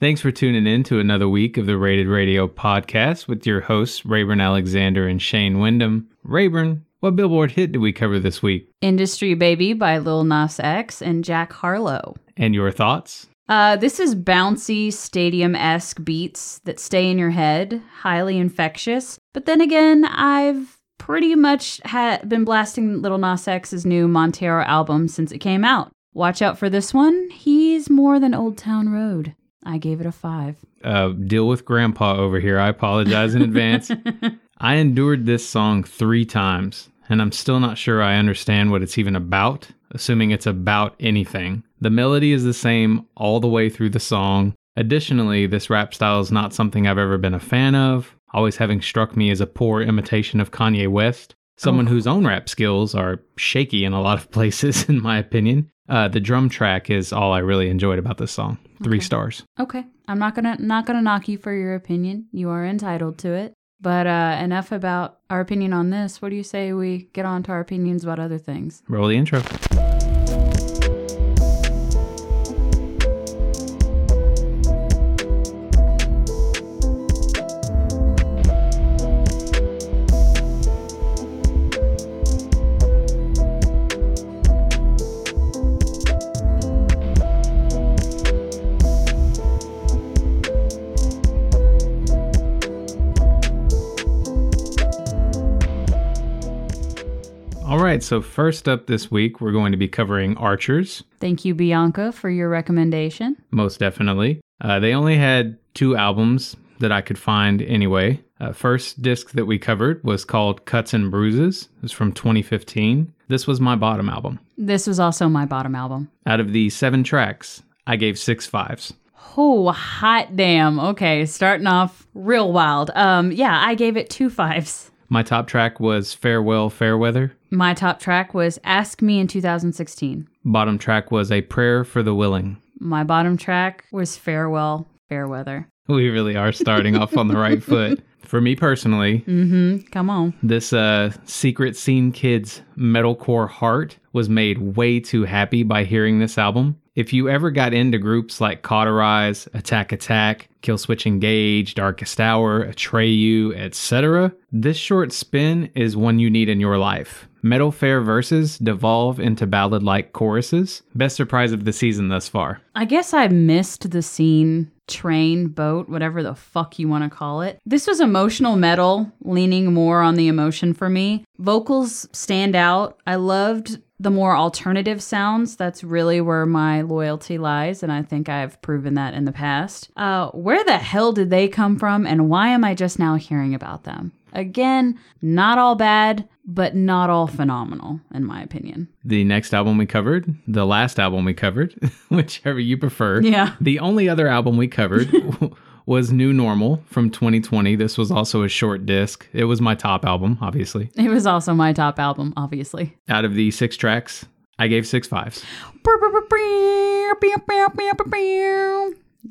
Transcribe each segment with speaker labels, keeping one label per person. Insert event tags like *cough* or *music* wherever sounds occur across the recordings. Speaker 1: Thanks for tuning in to another week of the Rated Radio podcast with your hosts, Rayburn Alexander and Shane Wyndham. Rayburn, what Billboard hit did we cover this week?
Speaker 2: Industry Baby by Lil Nas X and Jack Harlow.
Speaker 1: And your thoughts?
Speaker 2: Uh, this is bouncy, stadium esque beats that stay in your head, highly infectious. But then again, I've pretty much ha- been blasting Little Nas X's new Montero album since it came out. Watch out for this one. He's more than Old Town Road. I gave it a five.
Speaker 1: Uh, deal with Grandpa over here. I apologize in advance. I endured this song three times, and I'm still not sure I understand what it's even about, assuming it's about anything. The melody is the same all the way through the song. Additionally, this rap style is not something I've ever been a fan of, always having struck me as a poor imitation of Kanye West, someone whose own rap skills are shaky in a lot of *laughs* places, in my opinion. Uh, the drum track is all I really enjoyed about this song. Three stars.
Speaker 2: Okay, I'm not gonna not gonna knock you for your opinion. You are entitled to it. But uh, enough about our opinion on this. What do you say we get on to our opinions about other things?
Speaker 1: Roll the intro. All right, so first up this week, we're going to be covering Archers,
Speaker 2: Thank you, Bianca, for your recommendation.
Speaker 1: most definitely. Uh, they only had two albums that I could find anyway. Uh, first disc that we covered was called Cuts and Bruises. It was from 2015. This was my bottom album.
Speaker 2: This was also my bottom album.
Speaker 1: Out of the seven tracks, I gave six fives.
Speaker 2: Oh, hot damn. Okay, starting off real wild. Um, yeah, I gave it two fives.
Speaker 1: My top track was Farewell Fairweather.
Speaker 2: My top track was Ask Me in 2016.
Speaker 1: Bottom track was A Prayer for the Willing. *laughs*
Speaker 2: My bottom track was Farewell, Fairweather.
Speaker 1: We really are starting off on the right foot. For me personally,
Speaker 2: Mm-hmm. Come on.
Speaker 1: This uh, Secret Scene Kids metalcore heart was made way too happy by hearing this album. If you ever got into groups like Cauterize, Attack Attack, Killswitch Engage, Darkest Hour, Atreyu, etc., this short spin is one you need in your life. Metal fair verses devolve into ballad like choruses. Best surprise of the season thus far.
Speaker 2: I guess I missed the scene, train, boat, whatever the fuck you want to call it. This was emotional metal, leaning more on the emotion for me. Vocals stand out. I loved the more alternative sounds. That's really where my loyalty lies, and I think I've proven that in the past. Uh, where the hell did they come from, and why am I just now hearing about them? Again, not all bad, but not all phenomenal, in my opinion. *laughs*
Speaker 1: the next album we covered, the last album we covered, *laughs* whichever you prefer.
Speaker 2: *laughs* Yeah.
Speaker 1: The only other album we covered was New Normal from 2020. This was also a short disc. It was my top album, obviously.
Speaker 2: It was also my top album, obviously.
Speaker 1: Out of the six tracks, I gave six fives.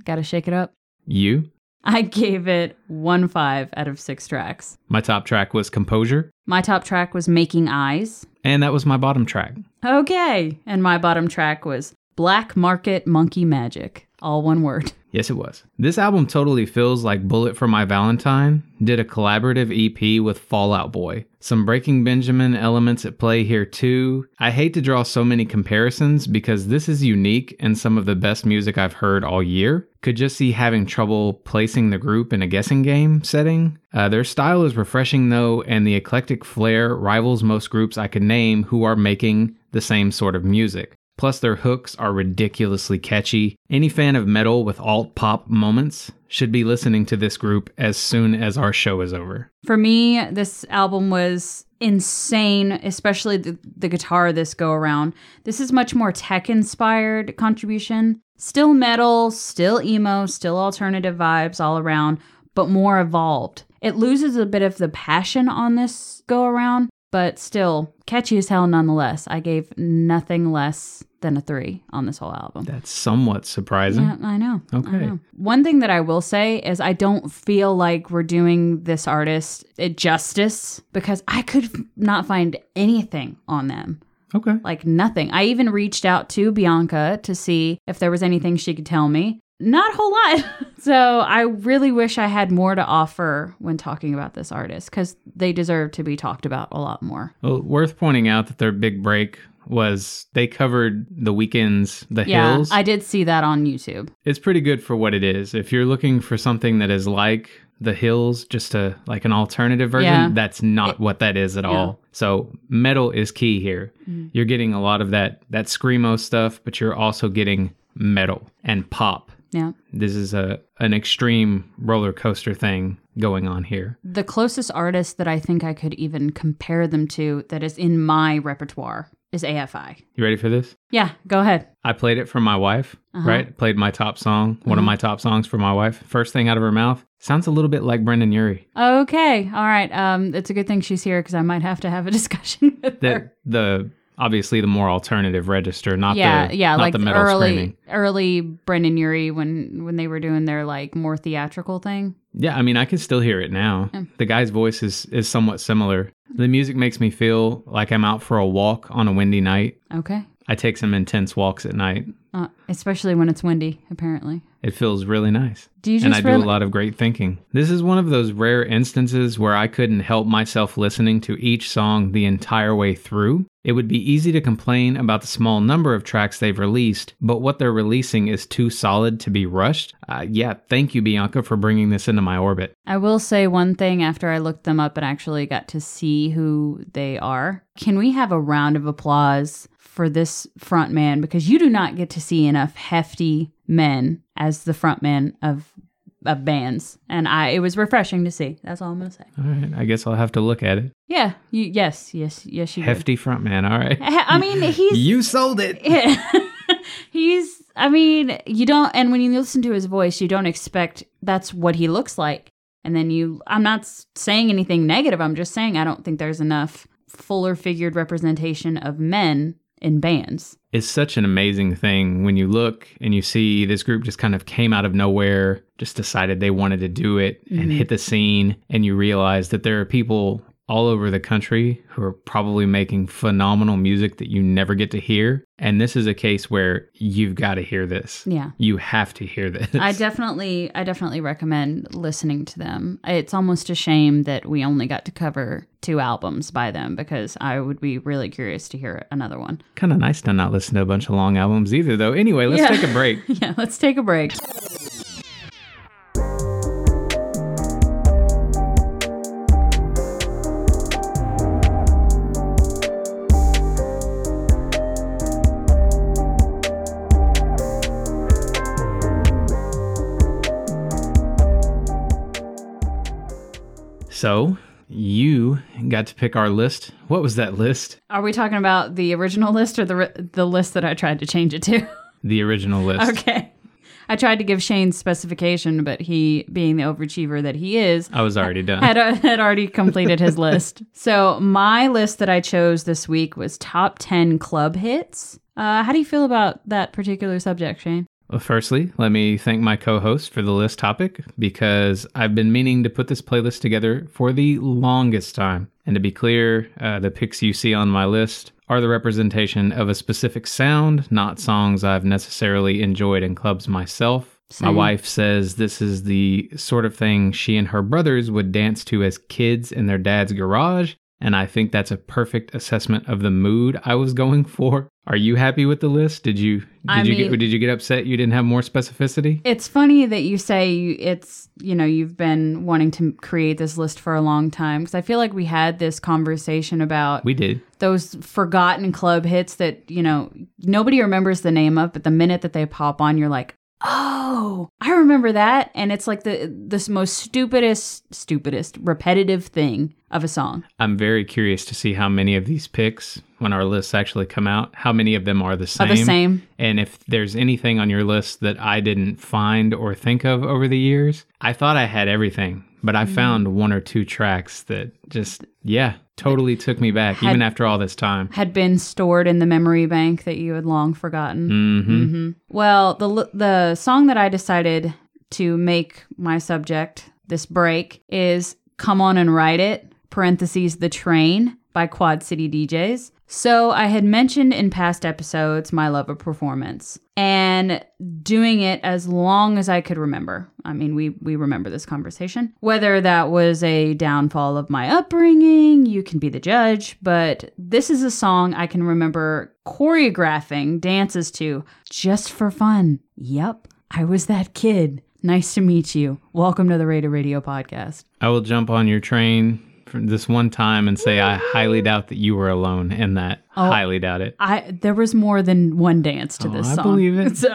Speaker 2: Gotta shake it up.
Speaker 1: You,
Speaker 2: I gave it one five out of six tracks.
Speaker 1: my top track was Composure,
Speaker 2: My top track was Making Eyes.
Speaker 1: and that was my bottom track.
Speaker 2: Okay. And my bottom track was Black Market Monkey Magic. All one word.
Speaker 1: Yes, it was. This album totally feels like Bullet for My Valentine did a collaborative EP with Fallout Boy. Some Breaking Benjamin elements at play here, too. I hate to draw so many comparisons because this is unique and some of the best music I've heard all year. Could just see having trouble placing the group in a guessing game setting. Uh, their style is refreshing, though, and the eclectic flair rivals most groups I could name who are making the same sort of music. Plus, their hooks are ridiculously catchy. Any fan of metal with alt pop moments should be listening to this group as soon as our show is over.
Speaker 2: For me, this album was insane, especially the, the guitar this go around. This is much more tech inspired contribution. Still metal, still emo, still alternative vibes all around, but more evolved. It loses a bit of the passion on this go around, but still catchy as hell nonetheless. I gave nothing less than a three on this whole album.
Speaker 1: That's somewhat surprising.
Speaker 2: Yeah, I know. I
Speaker 1: Okay.
Speaker 2: know. One thing that I will say is I don't feel like we're doing this artist it justice because I could f- not find anything on them.
Speaker 1: Okay.
Speaker 2: Like nothing. I even reached out to Bianca to see if there was anything she could tell me. not a whole lot. *laughs* so I really wish I had more to offer when talking about this artist because they deserve to be talked about a lot more.
Speaker 1: Well, worth pointing out that their big break was they covered the weekends, the
Speaker 2: yeah,
Speaker 1: hills.
Speaker 2: I did see that on YouTube.
Speaker 1: it's pretty good for what it is. If you're looking for something that is like the hills, just a like an alternative version,
Speaker 2: Yeah.
Speaker 1: that's not
Speaker 2: It-
Speaker 1: what that is at
Speaker 2: Yeah.
Speaker 1: all. So metal is key here.
Speaker 2: Mhm.
Speaker 1: You're getting a lot of that that screamo stuff, but you're also getting metal and pop.
Speaker 2: Yeah.
Speaker 1: This is a an extreme roller coaster thing going on here.
Speaker 2: The closest artist that I think I could even compare them to that is in my repertoire is AFI.
Speaker 1: You ready for this?
Speaker 2: Yeah, go ahead.
Speaker 1: I played it for my wife,
Speaker 2: Uh-huh.
Speaker 1: right? Played my top song, one of
Speaker 2: Uh-huh.
Speaker 1: my top songs for my wife. First thing out of her mouth sounds a little bit like Brendan Urie.
Speaker 2: Okay. All right. Um, it's a good thing she's here because I might have to have a *laughs* discussion with her.
Speaker 1: That the obviously the more alternative register, not
Speaker 2: yeah,
Speaker 1: the
Speaker 2: yeah,
Speaker 1: not
Speaker 2: like
Speaker 1: the metal
Speaker 2: early,
Speaker 1: screaming.
Speaker 2: early Brendan Urie when when they were doing their like more theatrical thing.
Speaker 1: Yeah, I mean I can still hear it now.
Speaker 2: Mm.
Speaker 1: The guy's voice is is somewhat similar. The music makes me feel like I'm out for a walk on a windy night.
Speaker 2: Okay,
Speaker 1: I take some intense walks at night.
Speaker 2: uh, especially when it's windy. Apparently,
Speaker 1: It feels really nice.
Speaker 2: do you just
Speaker 1: and I do
Speaker 2: reali-
Speaker 1: a lot of great thinking. This is one of those rare instances where I couldn't help myself listening to each song the entire way through. It would be easy to complain about the small number of tracks they've released, but what they're releasing is too solid to be rushed. Uh, yeah, thank you, Bianca, for bringing this into my orbit.
Speaker 2: I will say one thing after I looked them up and actually got to see who they are. Can we have a round of applause for this front man? Because you do not get to see enough hefty men as the front man of of bands. And I it was refreshing to see. That's all I'm gonna say.
Speaker 1: All right, I guess I'll have to look at it.
Speaker 2: Yeah. You yes, yes, yes you did.
Speaker 1: Hefty frontman, all right.
Speaker 2: Eh, I mean he's
Speaker 1: You sold it.
Speaker 2: *laughs* he's i mean you don't and when you listen to his voice you don't expect that's what he looks like and then you i'm not s- saying anything negative i'm just saying i don't think there's enough fuller figured representation of men in bands
Speaker 1: It's such an amazing thing when you look and you see this group just kind of came out of nowhere, just decided they wanted to do it and
Speaker 2: Mhm.
Speaker 1: hit the scene. And you realize that there are people all over the country who are probably making phenomenal music that you never get to hear. And this is a case where you've got to hear this.
Speaker 2: yeah
Speaker 1: You have to hear this. *laughs*
Speaker 2: i definitely i definitely recommend listening to them it's almost a shame that we only got to cover two albums by them because i would be really curious to hear another one *laughs*
Speaker 1: kind of nice to not listen to a bunch of long albums either, though. Anyway, let's
Speaker 2: Yeah.
Speaker 1: take a
Speaker 2: *laughs*
Speaker 1: break.
Speaker 2: yeah let's take a break
Speaker 1: So you got to pick our list. What was that list?
Speaker 2: Are we talking about the original list or the ri- the list that I tried to change it to? *laughs*
Speaker 1: The original list.
Speaker 2: okay. I tried to give Shane's specification, but he, being the overachiever that he is,
Speaker 1: I was already done.
Speaker 2: had, uh, had already completed his list. So my list that I chose this week was top 10 club hits. Uh, how do you feel about that particular subject, Shane?
Speaker 1: Well, firstly, let me thank my co host for the list topic because I've been meaning to put this playlist together for the longest time. And to be clear, uh, the picks you see on my list are the representation of a specific sound, not songs I've necessarily enjoyed in clubs myself. My
Speaker 2: Same.
Speaker 1: wife says this is the sort of thing she and her brothers would dance to as kids in their dad's garage. And I think that's a perfect assessment of the mood I was going for. Are you happy with the list? Did you did
Speaker 2: I
Speaker 1: you
Speaker 2: mean-
Speaker 1: get, did you get upset you didn't have more specificity?
Speaker 2: It's funny that you say you- it's, you know, you've been wanting to create this list for a long time because I feel like we had this conversation about
Speaker 1: We did.
Speaker 2: those forgotten club hits that you know nobody remembers the name of but the minute that they pop on you're like oh i remember that and it's like the this most stupidest stupidest repetitive thing of a song
Speaker 1: I'm very curious to see how many of these picks, when our lists actually come out, how many of them are the
Speaker 2: of
Speaker 1: same.
Speaker 2: the same
Speaker 1: And if there's anything on your list that I didn't find or think of over the years, I thought I had everything, but
Speaker 2: Mm.
Speaker 1: I found one or two tracks that just, yeah, totally took me back,
Speaker 2: Had-
Speaker 1: even after all this time.
Speaker 2: had been stored in the memory bank that you had long forgotten
Speaker 1: hmm
Speaker 2: Mhm. Well, the l- the song that I decided to make my subject this break is "Come On and Ride It" (parentheses The Train) by Quad City DJs. So, I had mentioned in past episodes my love of performance and doing it as long as I could remember. I mean, we we remember this conversation. Whether that was a downfall of my upbringing, you can be the judge, but this is a song I can remember choreographing dances to just for fun. Yep, I was that kid. Nice to meet you. Welcome to the Raider Radio podcast.
Speaker 1: I will jump on your train from this one time and say I highly doubt that you were alone in that.
Speaker 2: Oh.
Speaker 1: highly doubt it.
Speaker 2: I there was more than one dance to
Speaker 1: Oh,
Speaker 2: this
Speaker 1: I
Speaker 2: song.
Speaker 1: believe it. *laughs*
Speaker 2: *laughs* So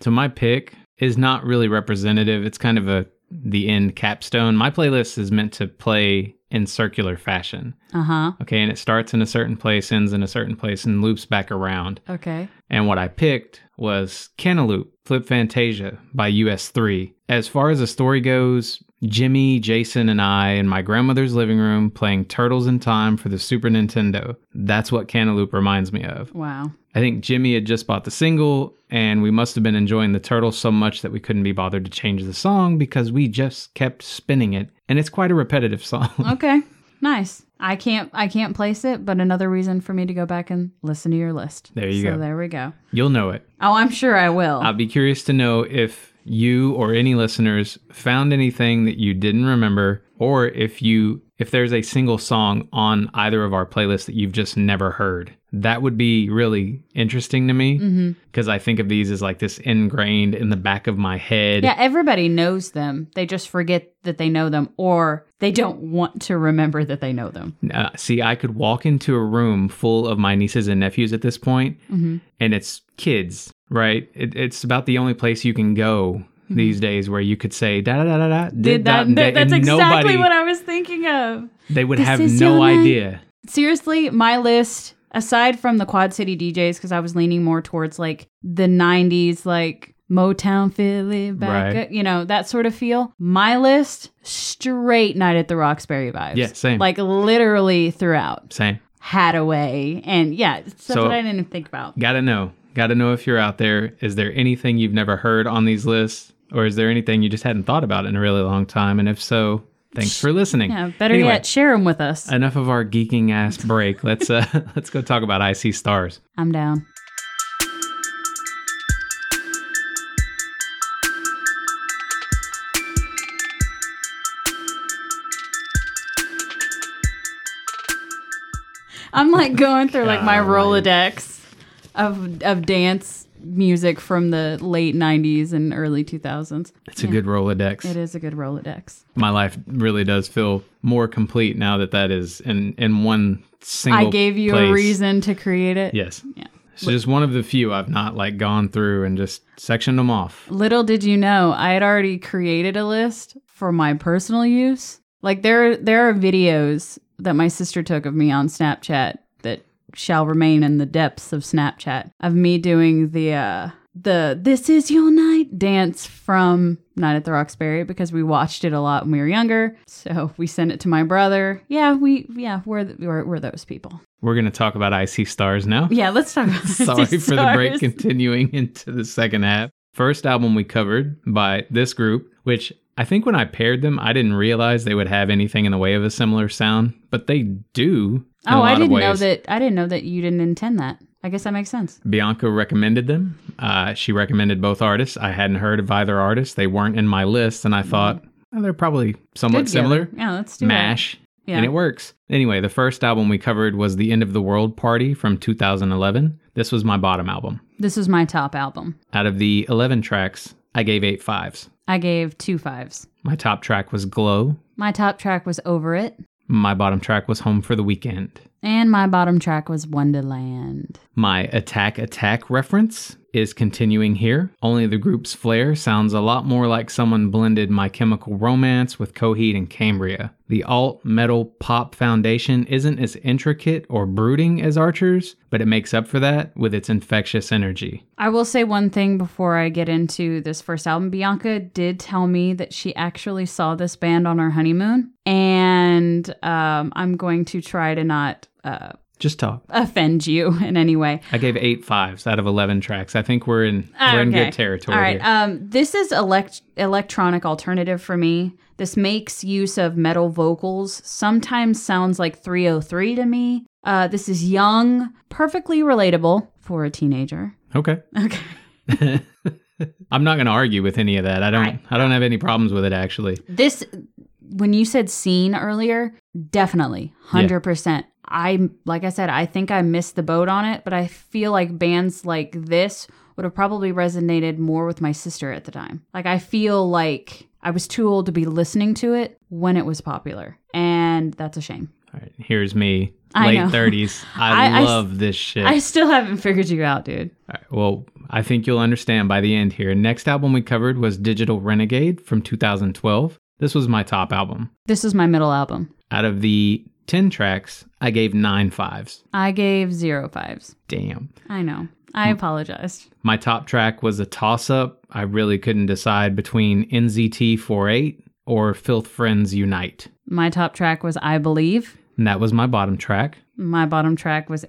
Speaker 1: So my pick is not really representative. It's kind of a the end capstone. My playlist is meant to play in circular fashion.
Speaker 2: uh-huh.
Speaker 1: Okay, and it starts in a certain place, ends in a certain place, and loops back around.
Speaker 2: Okay.
Speaker 1: And what I picked was Cantaloupe Flip Fantasia by US3. As far as the story goes, Jimmy, Jason, and I in my grandmother's living room playing Turtles in Time for the Super Nintendo. That's what Cantaloupe reminds me of.
Speaker 2: Wow.
Speaker 1: I think Jimmy had just bought the single, and we must have been enjoying the turtle so much that we couldn't be bothered to change the song because we just kept spinning it. And it's quite a repetitive *laughs* song.
Speaker 2: Okay. Nice. I can't I can't place it, but another reason for me to go back and listen to your list.
Speaker 1: There you
Speaker 2: so
Speaker 1: go.
Speaker 2: there we go.
Speaker 1: You'll know it.
Speaker 2: Oh, I'm sure I will.
Speaker 1: I'd be curious to know if you or any listeners found anything that you didn't remember, or if you if there's a single song on either of our playlists that you've just never heard. That would be really interesting to me
Speaker 2: hmm
Speaker 1: because I think of these as like this ingrained in the back of my head.
Speaker 2: Yeah, everybody knows them. They just forget that they know them or they don't want to remember that they know them.
Speaker 1: Uh, see, I could walk into a room full of my nieces and nephews at this point,
Speaker 2: Mm-hmm.
Speaker 1: and it's kids, right? It, it's about the only place you can go
Speaker 2: Mm-hmm.
Speaker 1: these days where you could say da da da da da did, that, and that,
Speaker 2: that's
Speaker 1: and nobody,
Speaker 2: exactly what I was thinking of.
Speaker 1: they would
Speaker 2: This
Speaker 1: have
Speaker 2: is
Speaker 1: no
Speaker 2: your night.
Speaker 1: idea.
Speaker 2: seriously, my list aside from the Quad City DJs because I was leaning more towards like the '90s, like Motown Philly, back,
Speaker 1: Right.
Speaker 2: you know that sort of feel. My list straight Night at the Roxbury vibes.
Speaker 1: Yeah, same.
Speaker 2: Like literally throughout
Speaker 1: Same.
Speaker 2: Hadaway, and yeah, stuff
Speaker 1: So-
Speaker 2: that I didn't even think about.
Speaker 1: Gotta know. Gotta know if you're out there. Is there anything you've never heard on these lists, or is there anything you just hadn't thought about in a really long time? And if so, thanks for listening.
Speaker 2: Yeah, better
Speaker 1: Anyway.
Speaker 2: yet, share them with us.
Speaker 1: Enough of our geeking ass break. Let's uh, *laughs* let's go talk about IC stars.
Speaker 2: I'm down. I'm like going through like my
Speaker 1: Golly.
Speaker 2: Rolodex of of dance music from the late 90s and early 2000s.
Speaker 1: It's a good Rolodex.
Speaker 2: It is a good Rolodex.
Speaker 1: my life really does feel more complete now that that is in in one single.
Speaker 2: I gave you
Speaker 1: place.
Speaker 2: a reason to create it.
Speaker 1: Yes.
Speaker 2: Yeah.
Speaker 1: So just one of the few I've not like gone through and just sectioned them off.
Speaker 2: Little did you know, I had already created a list for my personal use. Like there there are videos that my sister took of me on Snapchat that shall remain in the depths of Snapchat of me doing the uh the this is your night dance from Night at the Roxbury because we watched it a lot when we were younger. So we sent it to my brother. Yeah, we yeah, we're th- we're, we're those people.
Speaker 1: We're gonna talk about IC stars
Speaker 2: *laughs*
Speaker 1: now.
Speaker 2: Yeah, let's talk about
Speaker 1: *laughs* Sorry
Speaker 2: Sea
Speaker 1: for the break
Speaker 2: Stars.
Speaker 1: continuing *laughs* into the second half. First album we covered by this group, which I think when I paired them, I didn't realize they would have anything in the way of a similar sound, but they do. in a
Speaker 2: Oh,
Speaker 1: lot
Speaker 2: I
Speaker 1: of
Speaker 2: didn't know
Speaker 1: ways.
Speaker 2: that. I didn't know that you didn't intend that. I guess that makes sense.
Speaker 1: Bianca recommended them. Uh, she recommended both artists. I hadn't heard of either artist. They weren't in my list, and I thought "Oh, they're probably somewhat
Speaker 2: Mm-hmm. Good
Speaker 1: similar.
Speaker 2: together. Yeah, let's do
Speaker 1: Mash,
Speaker 2: That. Yeah.
Speaker 1: and it works. Anyway, the first album we covered was "The End of the World Party" from 2011. This was my bottom album.
Speaker 2: this was my top album.
Speaker 1: Out of the 11 tracks, I gave eight fives.
Speaker 2: I gave two fives.
Speaker 1: My top track was "Glow."
Speaker 2: My top track was Over It,
Speaker 1: My bottom track was "Home for the Weekend."
Speaker 2: and my bottom track was Wonderland.
Speaker 1: My attack attack reference is continuing here. Only the group's flair sounds a lot more like someone blended My Chemical Romance with Coheed and Cambria. The alt metal pop foundation isn't as intricate or brooding as Archer's, but it makes up for that with its infectious energy.
Speaker 2: I will say one thing before I get into this first album. Bianca did tell me that she actually saw this band on her honeymoon, and um, I'm going to try to not uh, *laughs*
Speaker 1: Just talk.
Speaker 2: offend you in any way.
Speaker 1: I gave eight fives out of eleven tracks. I think we're in
Speaker 2: Ah,
Speaker 1: we're in
Speaker 2: okay.
Speaker 1: good territory.
Speaker 2: All right.
Speaker 1: here.
Speaker 2: Um, this is elect- electronic alternative for me. This makes use of metal vocals. Sometimes sounds like 303 to me. Uh, this is young, perfectly relatable for a teenager.
Speaker 1: Okay.
Speaker 2: Okay.
Speaker 1: *laughs* I'm not going to argue with any of that. I don't.
Speaker 2: I-
Speaker 1: I don't have any problems with it actually.
Speaker 2: This, when you said scene earlier, definitely, 100%. I, like I said, I think I missed the boat on it, but I feel like bands like this would have probably resonated more with my sister at the time. Like, I feel like I was too old to be listening to it when it was popular. And that's a shame.
Speaker 1: All right, here's me,
Speaker 2: I
Speaker 1: late
Speaker 2: know. *laughs*
Speaker 1: 30s.
Speaker 2: I-
Speaker 1: I,
Speaker 2: I s-
Speaker 1: love this shit.
Speaker 2: I still haven't figured you out, dude.
Speaker 1: All right, well, I think you'll understand by the end here. Next album we covered was Digital Renegade from 2012. This was my top album.
Speaker 2: This is my middle album.
Speaker 1: Out of the 10 tracks, I gave nine fives.
Speaker 2: I gave zero fives.
Speaker 1: Damn.
Speaker 2: I know. I apologized.
Speaker 1: My top track was a toss up. I really couldn't decide between NZT 48 or Filth Friends Unite.
Speaker 2: My top track was I Believe.
Speaker 1: And that was my bottom track.
Speaker 2: My bottom track was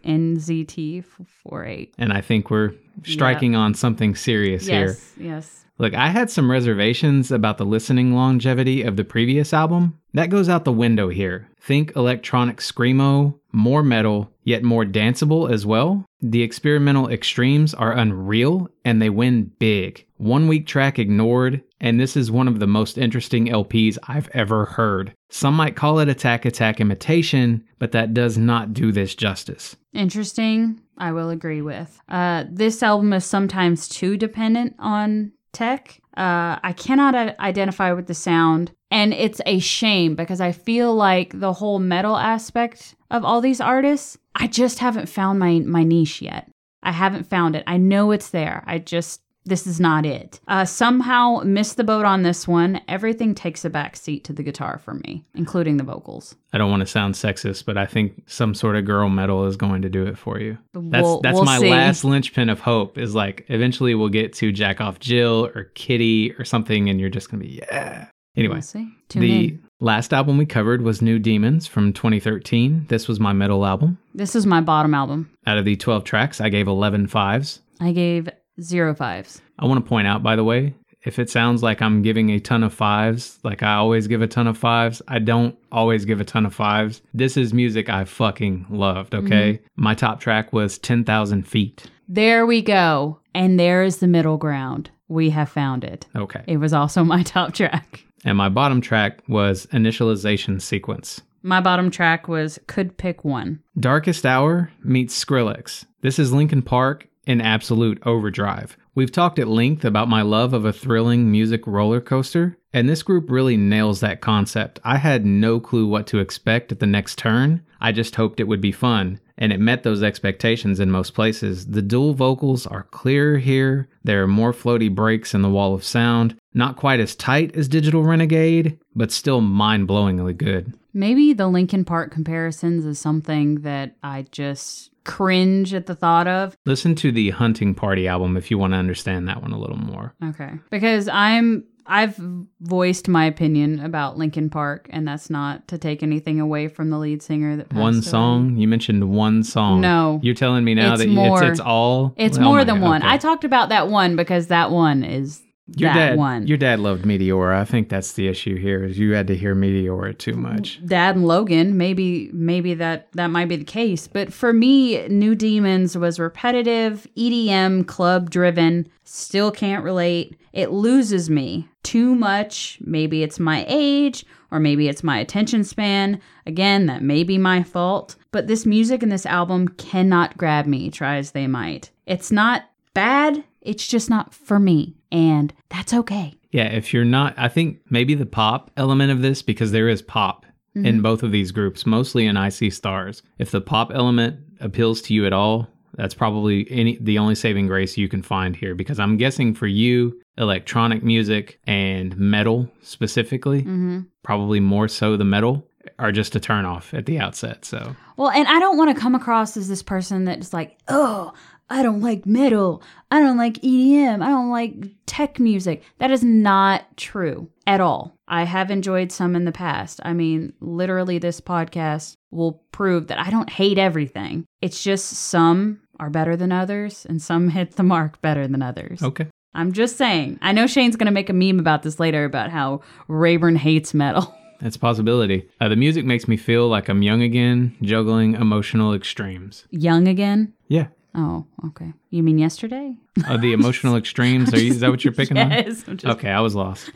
Speaker 2: NZT48.
Speaker 1: And I think we're striking on something serious here.
Speaker 2: Yes, yes.
Speaker 1: Look, I had some reservations about the listening longevity of the previous album. That goes out the window here. Think electronic screamo, more metal, yet more danceable as well. The experimental extremes are unreal and they win big. One week track ignored, and this is one of the most interesting LPs I've ever heard. Some might call it attack attack imitation, but that does not do this justice.
Speaker 2: Interesting. I will agree with. Uh, this album is sometimes too dependent on tech. Uh, I cannot i- identify with the sound, and it's a shame because I feel like the whole metal aspect of all these artists, I just haven't found my my niche yet. I haven't found it. I know it's there. I just this is not it. Uh, somehow missed the boat on this one. Everything takes a back seat to the guitar for me, including the vocals.
Speaker 1: I don't want to sound sexist, but I think some sort of girl metal is going to do it for you. That's
Speaker 2: We'll-
Speaker 1: that's
Speaker 2: we'll
Speaker 1: my
Speaker 2: see.
Speaker 1: last linchpin of hope is like eventually we'll get to Jack off Jill or Kitty or something, and you're just gonna be yeah. Anyway,
Speaker 2: We'll see. Tune
Speaker 1: the
Speaker 2: in.
Speaker 1: last album we covered was New Demons from 2013. This was my metal album.
Speaker 2: This is my bottom album.
Speaker 1: Out of the 12 tracks, I gave 11 fives.
Speaker 2: I gave zero fives.
Speaker 1: I want to point out, by the way, if it sounds like I'm giving a ton of fives, like I always give a ton of fives, I don't always give a ton of fives. This is music I fucking loved, okay?
Speaker 2: Mm-hmm.
Speaker 1: My top track was 10,000 Feet.
Speaker 2: There we go. And there is the middle ground. We have found it.
Speaker 1: Okay.
Speaker 2: It was also *laughs* my top track.
Speaker 1: And my bottom track was Initialization Sequence.
Speaker 2: My bottom track was Could Pick One.
Speaker 1: Darkest Hour meets Skrillex. This is Linkin Park in absolute overdrive. We've talked at length about my love of a thrilling music roller coaster, and this group really nails that concept. I had no clue what to expect at the next turn. I just hoped it would be fun, and it met those expectations in most places. The dual vocals are clearer here. There are more floaty breaks in the wall of sound, not quite as tight as Digital Renegade, but still mind-blowingly good.
Speaker 2: Maybe the Linkin Park comparisons is something that I just cringe at the thought of.
Speaker 1: Listen to the Hunting Party album if you want to understand that one a little more.
Speaker 2: Okay. Because I'm I've voiced my opinion about Linkin Park and that's not to take anything away from the lead singer that passed
Speaker 1: one
Speaker 2: away.
Speaker 1: song? You mentioned one song.
Speaker 2: No.
Speaker 1: You're telling me now
Speaker 2: It's
Speaker 1: that
Speaker 2: more.
Speaker 1: it's, it's all?
Speaker 2: It's
Speaker 1: Oh
Speaker 2: more
Speaker 1: my
Speaker 2: than
Speaker 1: God,
Speaker 2: one.
Speaker 1: okay.
Speaker 2: I talked about that one because that one is
Speaker 1: your
Speaker 2: that
Speaker 1: dad,
Speaker 2: one.
Speaker 1: Your dad loved Meteora. I think that's the issue here is you had to hear Meteora too much.
Speaker 2: Dad and Logan, maybe maybe that that might be the case, but for me New Demons was repetitive, EDM club driven, still can't relate. It loses me too much. Maybe it's my age or maybe it's my attention span. Again, that may be my fault, but this music and this album cannot grab me try as they might. It's not bad, it's just not for me, and that's okay.
Speaker 1: Yeah, if you're not, I think maybe the pop element of this, because there is pop in both of these groups, mostly in IC Stars. If the pop element appeals to you at all, that's probably any the only saving grace you can find here, because I'm guessing for you, electronic music and metal specifically,
Speaker 2: Mhm.
Speaker 1: probably more so the metal, are just a turnoff at the outset. So
Speaker 2: Well, and I don't want to come across as this person that's like, oh, I don't like metal. I don't like EDM. I don't like tech music. That is not true at all. I have enjoyed some in the past. I mean, literally, this podcast will prove that I don't hate everything. It's just some are better than others and some *laughs* hit the mark better than others.
Speaker 1: okay.
Speaker 2: I'm just saying. I know Shane's going to make a meme about this later about how Rayburn hates metal. *laughs*
Speaker 1: It's a possibility. Uh, the music makes me feel like I'm young again, juggling emotional extremes.
Speaker 2: Young again?
Speaker 1: Yeah.
Speaker 2: Oh, okay. You mean yesterday?
Speaker 1: Uh, the emotional extremes. Are you, is that what you're picking on?
Speaker 2: yes. I'm just-
Speaker 1: Okay, I was lost.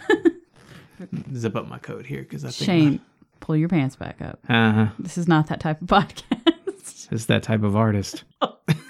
Speaker 2: *laughs*
Speaker 1: Zip up my coat here because I think.
Speaker 2: Shane, pull your pants back up.
Speaker 1: Uh,
Speaker 2: This is not that type of *laughs* podcast.
Speaker 1: it's that type of artist. *laughs*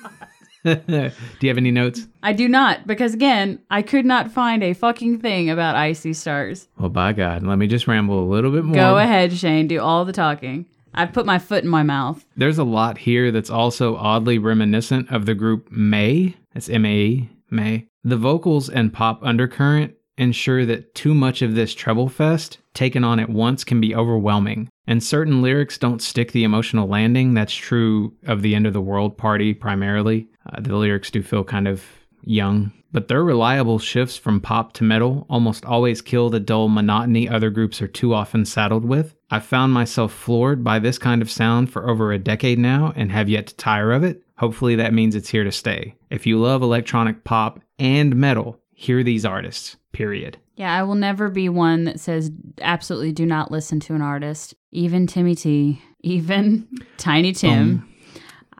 Speaker 1: Do you have any notes?
Speaker 2: I do not, because again, I could not find a fucking thing about icy stars.
Speaker 1: Well, by God, let me just ramble a little bit more.
Speaker 2: Go ahead, Shane. Do all the talking. I've put my foot in my mouth.
Speaker 1: There's a lot here that's also oddly reminiscent of the group May. That's M A E, May. The vocals and pop undercurrent ensure that too much of this treble fest taken on at once can be overwhelming. And certain lyrics don't stick the emotional landing. That's true of the End of the World party primarily. Uh, the lyrics do feel kind of young. But their reliable shifts from pop to metal almost always kill the dull monotony other groups are too often saddled with. I've found myself floored by this kind of sound for over a decade now and have yet to tire of it. Hopefully, that means it's here to stay. If you love electronic pop and metal, hear these artists, period.
Speaker 2: Yeah, I will never be one that says absolutely do not listen to an artist. Even Timmy T, even *laughs* Tiny
Speaker 1: Um,
Speaker 2: Tim.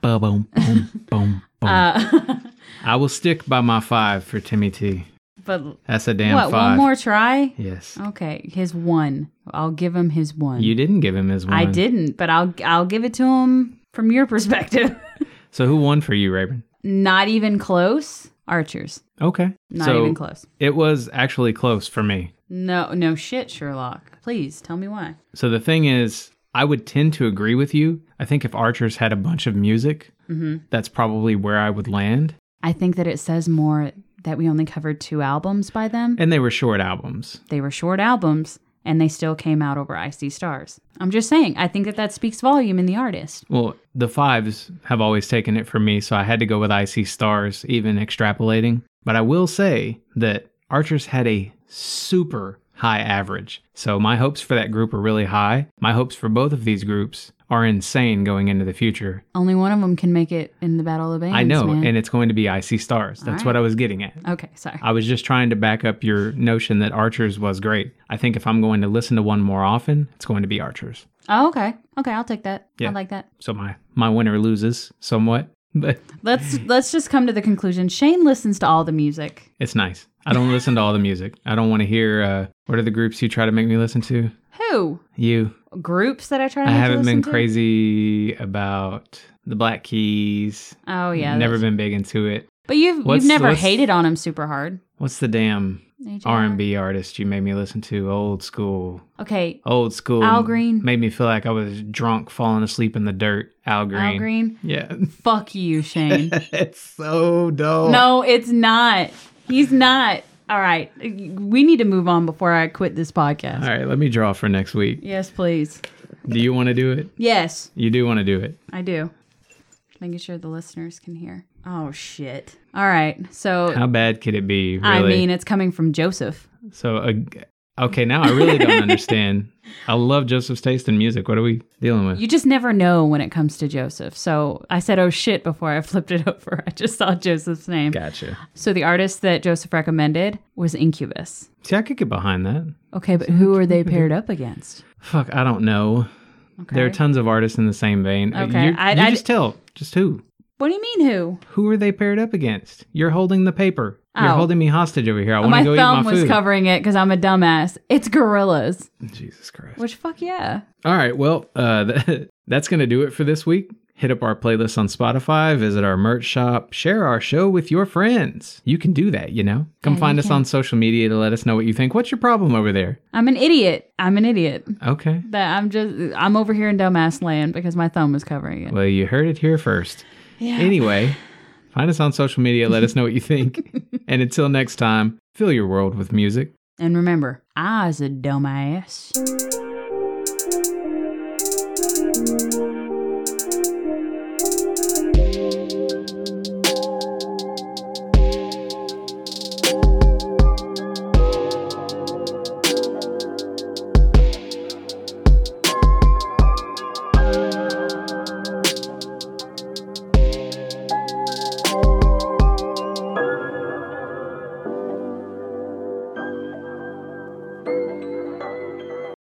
Speaker 1: Boom, boom, boom,
Speaker 2: *laughs*
Speaker 1: boom, boom.
Speaker 2: Uh,
Speaker 1: I will stick by my five for Timmy T.
Speaker 2: but
Speaker 1: That's a damn
Speaker 2: what,
Speaker 1: five.
Speaker 2: one more Oh. try?
Speaker 1: Yes.
Speaker 2: Okay, his one. I'll give him his one.
Speaker 1: You didn't give him his one.
Speaker 2: I didn't, but I'll I'll give it to him from your *laughs* perspective.
Speaker 1: So, who won for you, Raven?
Speaker 2: Not even close. Archers.
Speaker 1: Okay.
Speaker 2: Not
Speaker 1: so
Speaker 2: even close.
Speaker 1: It was actually close for me.
Speaker 2: No, no shit, Sherlock. Please tell me why.
Speaker 1: So the thing is, I would tend to agree with you. I think if Archers had a bunch of music, that's probably where I would land.
Speaker 2: I think that it says more that we only covered two albums by them.
Speaker 1: And they were short albums.
Speaker 2: They were short albums and they still came out over Icy Stars. I'm just saying, I think that that speaks volume in the artist.
Speaker 1: Well, the fives have always taken it from me, so I had to go with Icy Stars, even extrapolating. But I will say that Archers had a super high average. So my hopes for that group are really high. My hopes for both of these groups are insane going into the future.
Speaker 2: Only one of them can make it in the Battle of the Bands.
Speaker 1: I know,
Speaker 2: man.
Speaker 1: and it's going to be Icy Stars. That's
Speaker 2: right.
Speaker 1: what I was getting at.
Speaker 2: okay, sorry.
Speaker 1: I was just trying to back up your notion that Archers was great. I think if I'm going to listen to one more often, it's going to be Archers.
Speaker 2: Oh, okay, okay, I'll take that.
Speaker 1: Yeah.
Speaker 2: I like that.
Speaker 1: So my my winner loses somewhat, *laughs* but
Speaker 2: Let's let's just come to the conclusion. Shane listens to all the music.
Speaker 1: it's nice. I don't listen to all the music. I don't want to hear uh, what are the groups you try to make me listen to.
Speaker 2: Who
Speaker 1: You.
Speaker 2: groups that I try to?
Speaker 1: I
Speaker 2: make you
Speaker 1: haven't
Speaker 2: listen
Speaker 1: been
Speaker 2: to?
Speaker 1: crazy about the Black Keys.
Speaker 2: Oh yeah,
Speaker 1: Never
Speaker 2: that's-
Speaker 1: been big into it.
Speaker 2: But you've
Speaker 1: What's-
Speaker 2: you've never
Speaker 1: what's-
Speaker 2: hated on him super hard.
Speaker 1: What's the damn
Speaker 2: AJR.
Speaker 1: R and B artist you made me listen to? Old school.
Speaker 2: Okay,
Speaker 1: Old school.
Speaker 2: Al Green.
Speaker 1: Made me feel like I was drunk, falling asleep in the dirt. Al Green.
Speaker 2: Al Green.
Speaker 1: Yeah. *laughs*
Speaker 2: Fuck you, Shane.
Speaker 1: it's so dull.
Speaker 2: no, it's not. He's not. All right, we need to move on before I quit this podcast.
Speaker 1: All right, let me draw for next week.
Speaker 2: Yes, please.
Speaker 1: Do you want to do it?
Speaker 2: Yes,
Speaker 1: You do want to do it.
Speaker 2: I do. Making sure the listeners can hear. Oh shit. All right, so.
Speaker 1: How bad could it be, really?
Speaker 2: I mean, it's coming from Joseph.
Speaker 1: so uh, okay, now I really
Speaker 2: *laughs*
Speaker 1: don't understand. I love Joseph's taste in music. What are we dealing with?
Speaker 2: You just never know when it comes to Joseph. So I said, oh shit, before I *laughs* flipped it over. I just saw Joseph's name.
Speaker 1: gotcha.
Speaker 2: So the artist that Joseph recommended was Incubus.
Speaker 1: See, I could get behind that.
Speaker 2: Okay, but who are they paired up against?
Speaker 1: Fuck, I don't know.
Speaker 2: Okay.
Speaker 1: There are tons of artists in the same vein. Uh,
Speaker 2: Okay,
Speaker 1: you
Speaker 2: I-
Speaker 1: you
Speaker 2: I-
Speaker 1: just tell. Just who?
Speaker 2: what do you mean who?
Speaker 1: Who are they paired up against? You're holding the paper. You're
Speaker 2: Oh.
Speaker 1: holding me hostage over here. I want
Speaker 2: My
Speaker 1: to go
Speaker 2: thumb
Speaker 1: eat my
Speaker 2: was
Speaker 1: food.
Speaker 2: covering it because I'm a dumbass. It's gorillas.
Speaker 1: Jesus Christ.
Speaker 2: Which fuck yeah.
Speaker 1: All right. Well, uh, *laughs* th- that's going to do it for this week. Hit up our playlist on Spotify, visit our merch shop, share our show with your friends. You can do that, you know? Come
Speaker 2: Yeah,
Speaker 1: find
Speaker 2: you
Speaker 1: us
Speaker 2: can.
Speaker 1: on social media to let us know what you think. What's your problem over there?
Speaker 2: I'm an idiot. I'm an idiot.
Speaker 1: Okay.
Speaker 2: That I'm just I'm over here in dumbass land because my thumb was covering it.
Speaker 1: Well, you heard it here first.
Speaker 2: Yeah.
Speaker 1: Anyway, find us on social media, let us know what you
Speaker 2: *laughs*
Speaker 1: think. and until next time, fill your world with music.
Speaker 2: And remember, I is a dumbass.
Speaker 3: Thank you.